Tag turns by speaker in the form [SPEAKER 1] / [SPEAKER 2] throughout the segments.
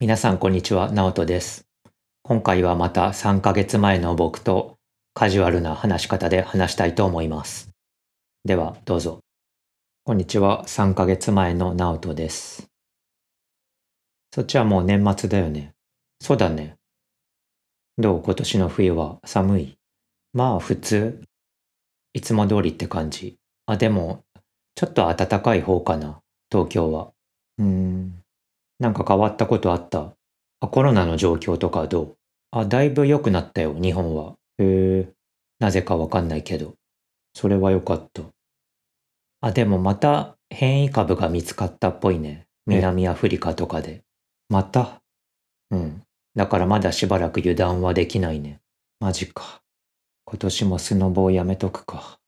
[SPEAKER 1] 皆さんこんにちは、ナオトです。今回はまた3ヶ月前の僕とカジュアルな話し方で話したいと思います。では、どうぞ。こんにちは、3ヶ月前のナオトです。そっちはもう年末だよね。そうだね。どう今年の冬は寒いまあ普通。いつも通りって感じ。あ、でも、ちょっと暖かい方かな、東京は。うーん。なんか変わったことあったあ、コロナの状況とかどうあ、だいぶ良くなったよ、日本は。へえ、なぜかわかんないけど。それは良かった。あ、でもまた変異株が見つかったっぽいね。南アフリカとかで。またうん。だからまだしばらく油断はできないね。マジか。今年もスノボをやめとくか。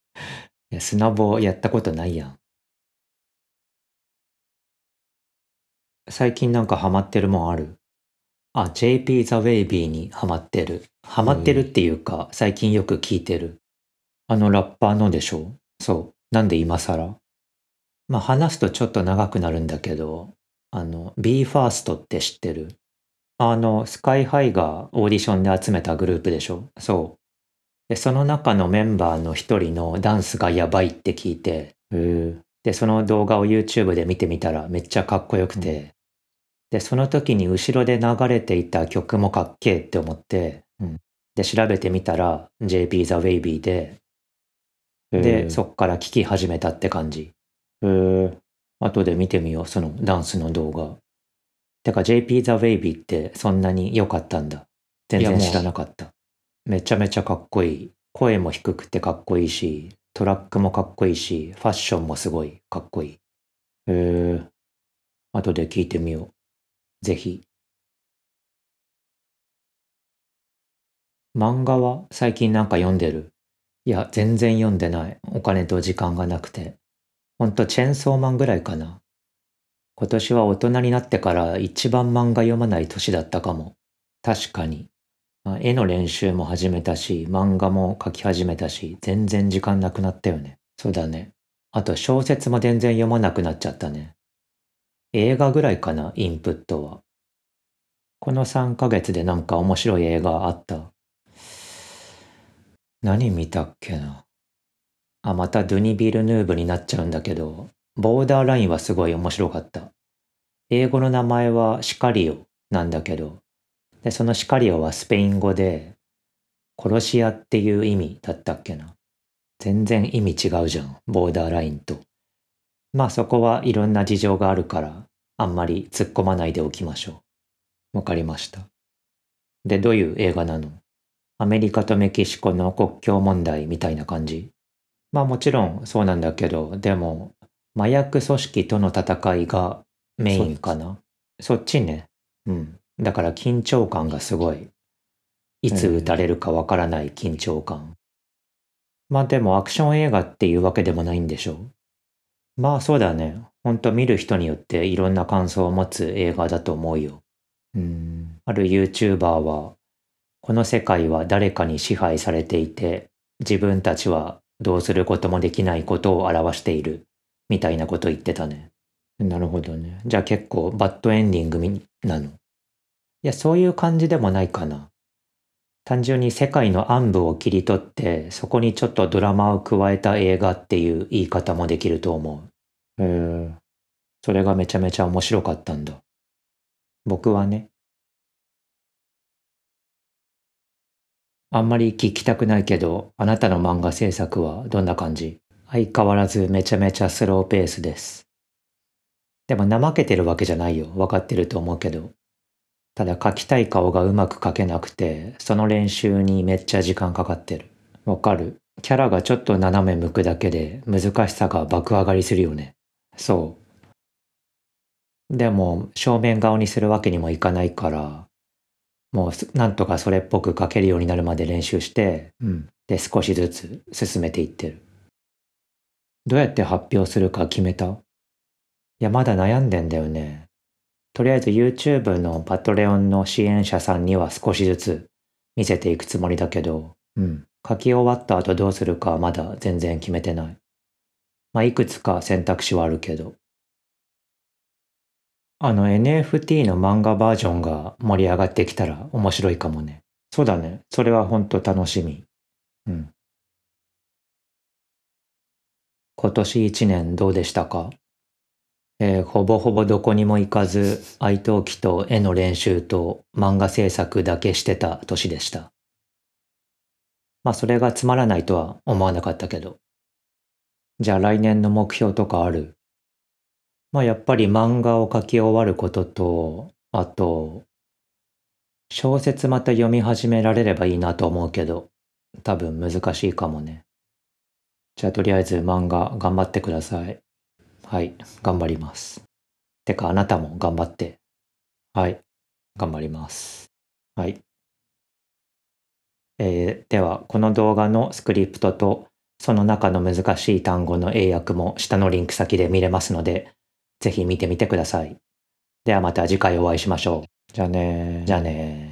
[SPEAKER 1] いや、スノボやったことないやん。最近なんかハマってるもんあるあ、JP ザ・ウェイビーにハマってる。ハマってるっていうか、最近よく聞いてる。あのラッパーのでしょそう。なんで今更まあ話すとちょっと長くなるんだけど、あの、BE:FIRST って知ってるあの、スカイハイがオーディションで集めたグループでしょそう。で、その中のメンバーの一人のダンスがやばいって聞いて、で、その動画を YouTube で見てみたらめっちゃかっこよくて、で、その時に後ろで流れていた曲もかっけえって思って、で、調べてみたら JP The Wavy で、で、そっから聴き始めたって感じ。へえ。後で見てみよう、そのダンスの動画。てか JP The Wavy ってそんなに良かったんだ。全
[SPEAKER 2] いや
[SPEAKER 1] 然
[SPEAKER 2] もう
[SPEAKER 1] 知らなかった。めちゃめちゃかっこいい。声も低くてかっこいいし、トラックもかっこいいし、ファッションもすごいかっこいい。へえ。後で聞いてみよう。ぜひ。漫画は最近なんか読んでるいや、全然読んでない。お金と時間がなくて。ほんと、チェーンソーマンぐらいかな。今年は大人になってから一番漫画読まない年だったかも。確かに。まあ絵の練習も始めたし、漫画も書き始めたし、全然時間なくなったよね。そうだね。あと小説も全然読まなくなっちゃったね。映画ぐらいかな、インプットは。この3ヶ月でなんか面白い映画あった。何見たっけな。あ、またドゥニ・ビルヌーブになっちゃうんだけど、ボーダーラインはすごい面白かった。英語の名前はシカリオなんだけど、で、そのシカリオはスペイン語で、殺し屋っていう意味だったっけな。全然意味違うじゃん、ボーダーラインと。まあそこはいろんな事情があるから、あんまり突っ込まないでおきましょう。わかりました。で、どういう映画なのアメリカとメキシコの国境問題みたいな感じまあもちろんそうなんだけど、でも、麻薬組織との戦いがメインかな。そっちね。うん。だから緊張感がすごい。いつ撃たれるかわからない緊張感。まあでもアクション映画っていうわけでもないんでしょまあそうだね。ほんと見る人によっていろんな感想を持つ映画だと思うよ。うん。ある YouTuber は、この世界は誰かに支配されていて、自分たちはどうすることもできないことを表している、みたいなこと言ってたね。なるほどね。じゃあ結構バッドエンディングみなの。いや、そういう感じでもないかな。単純に世界の暗部を切り取って、そこにちょっとドラマを加えた映画っていう言い方もできると思う。へえ。それがめちゃめちゃ面白かったんだ。僕はね。あんまり聞きたくないけど、あなたの漫画制作はどんな感じ相変わらずめちゃめちゃスローペースです。でも怠けてるわけじゃないよ。わかってると思うけど。ただ描きたい顔がうまく描けなくて、その練習にめっちゃ時間かかってる。わかる。キャラがちょっと斜め向くだけで難しさが爆上がりするよね。そう。でも正面顔にするわけにもいかないから、もうすなんとかそれっぽく描けるようになるまで練習して、で少しずつ進めていってる。どうやって発表するか決めたいや、まだ悩んでんだよね。とりあえず YouTube のパトレオンの支援者さんには少しずつ見せていくつもりだけど、書き終わった後どうするかはまだ全然決めてない。まあ、いくつか選択肢はあるけど。あの NFT の漫画バージョンが盛り上がってきたら面白いかもね。そうだね。それは本当楽しみ。うん。今年一年どうでしたかえーほぼほぼどこにも行かず、愛登記と絵の練習と漫画制作だけしてた年でした。まあそれがつまらないとは思わなかったけど。じゃあ来年の目標とかあるまあやっぱり漫画を書き終わることと、あと、小説また読み始められればいいなと思うけど、多分難しいかもね。じゃあとりあえず漫画頑張ってください。はい、頑張ります。てかあなたも頑張って。はい、頑張ります。はい。えーでは、この動画のスクリプトと、その中の難しい単語の英訳も下のリンク先で見れますので、ぜひ見てみてください。ではまた次回お会いしましょう。じゃあねー。じゃあねー。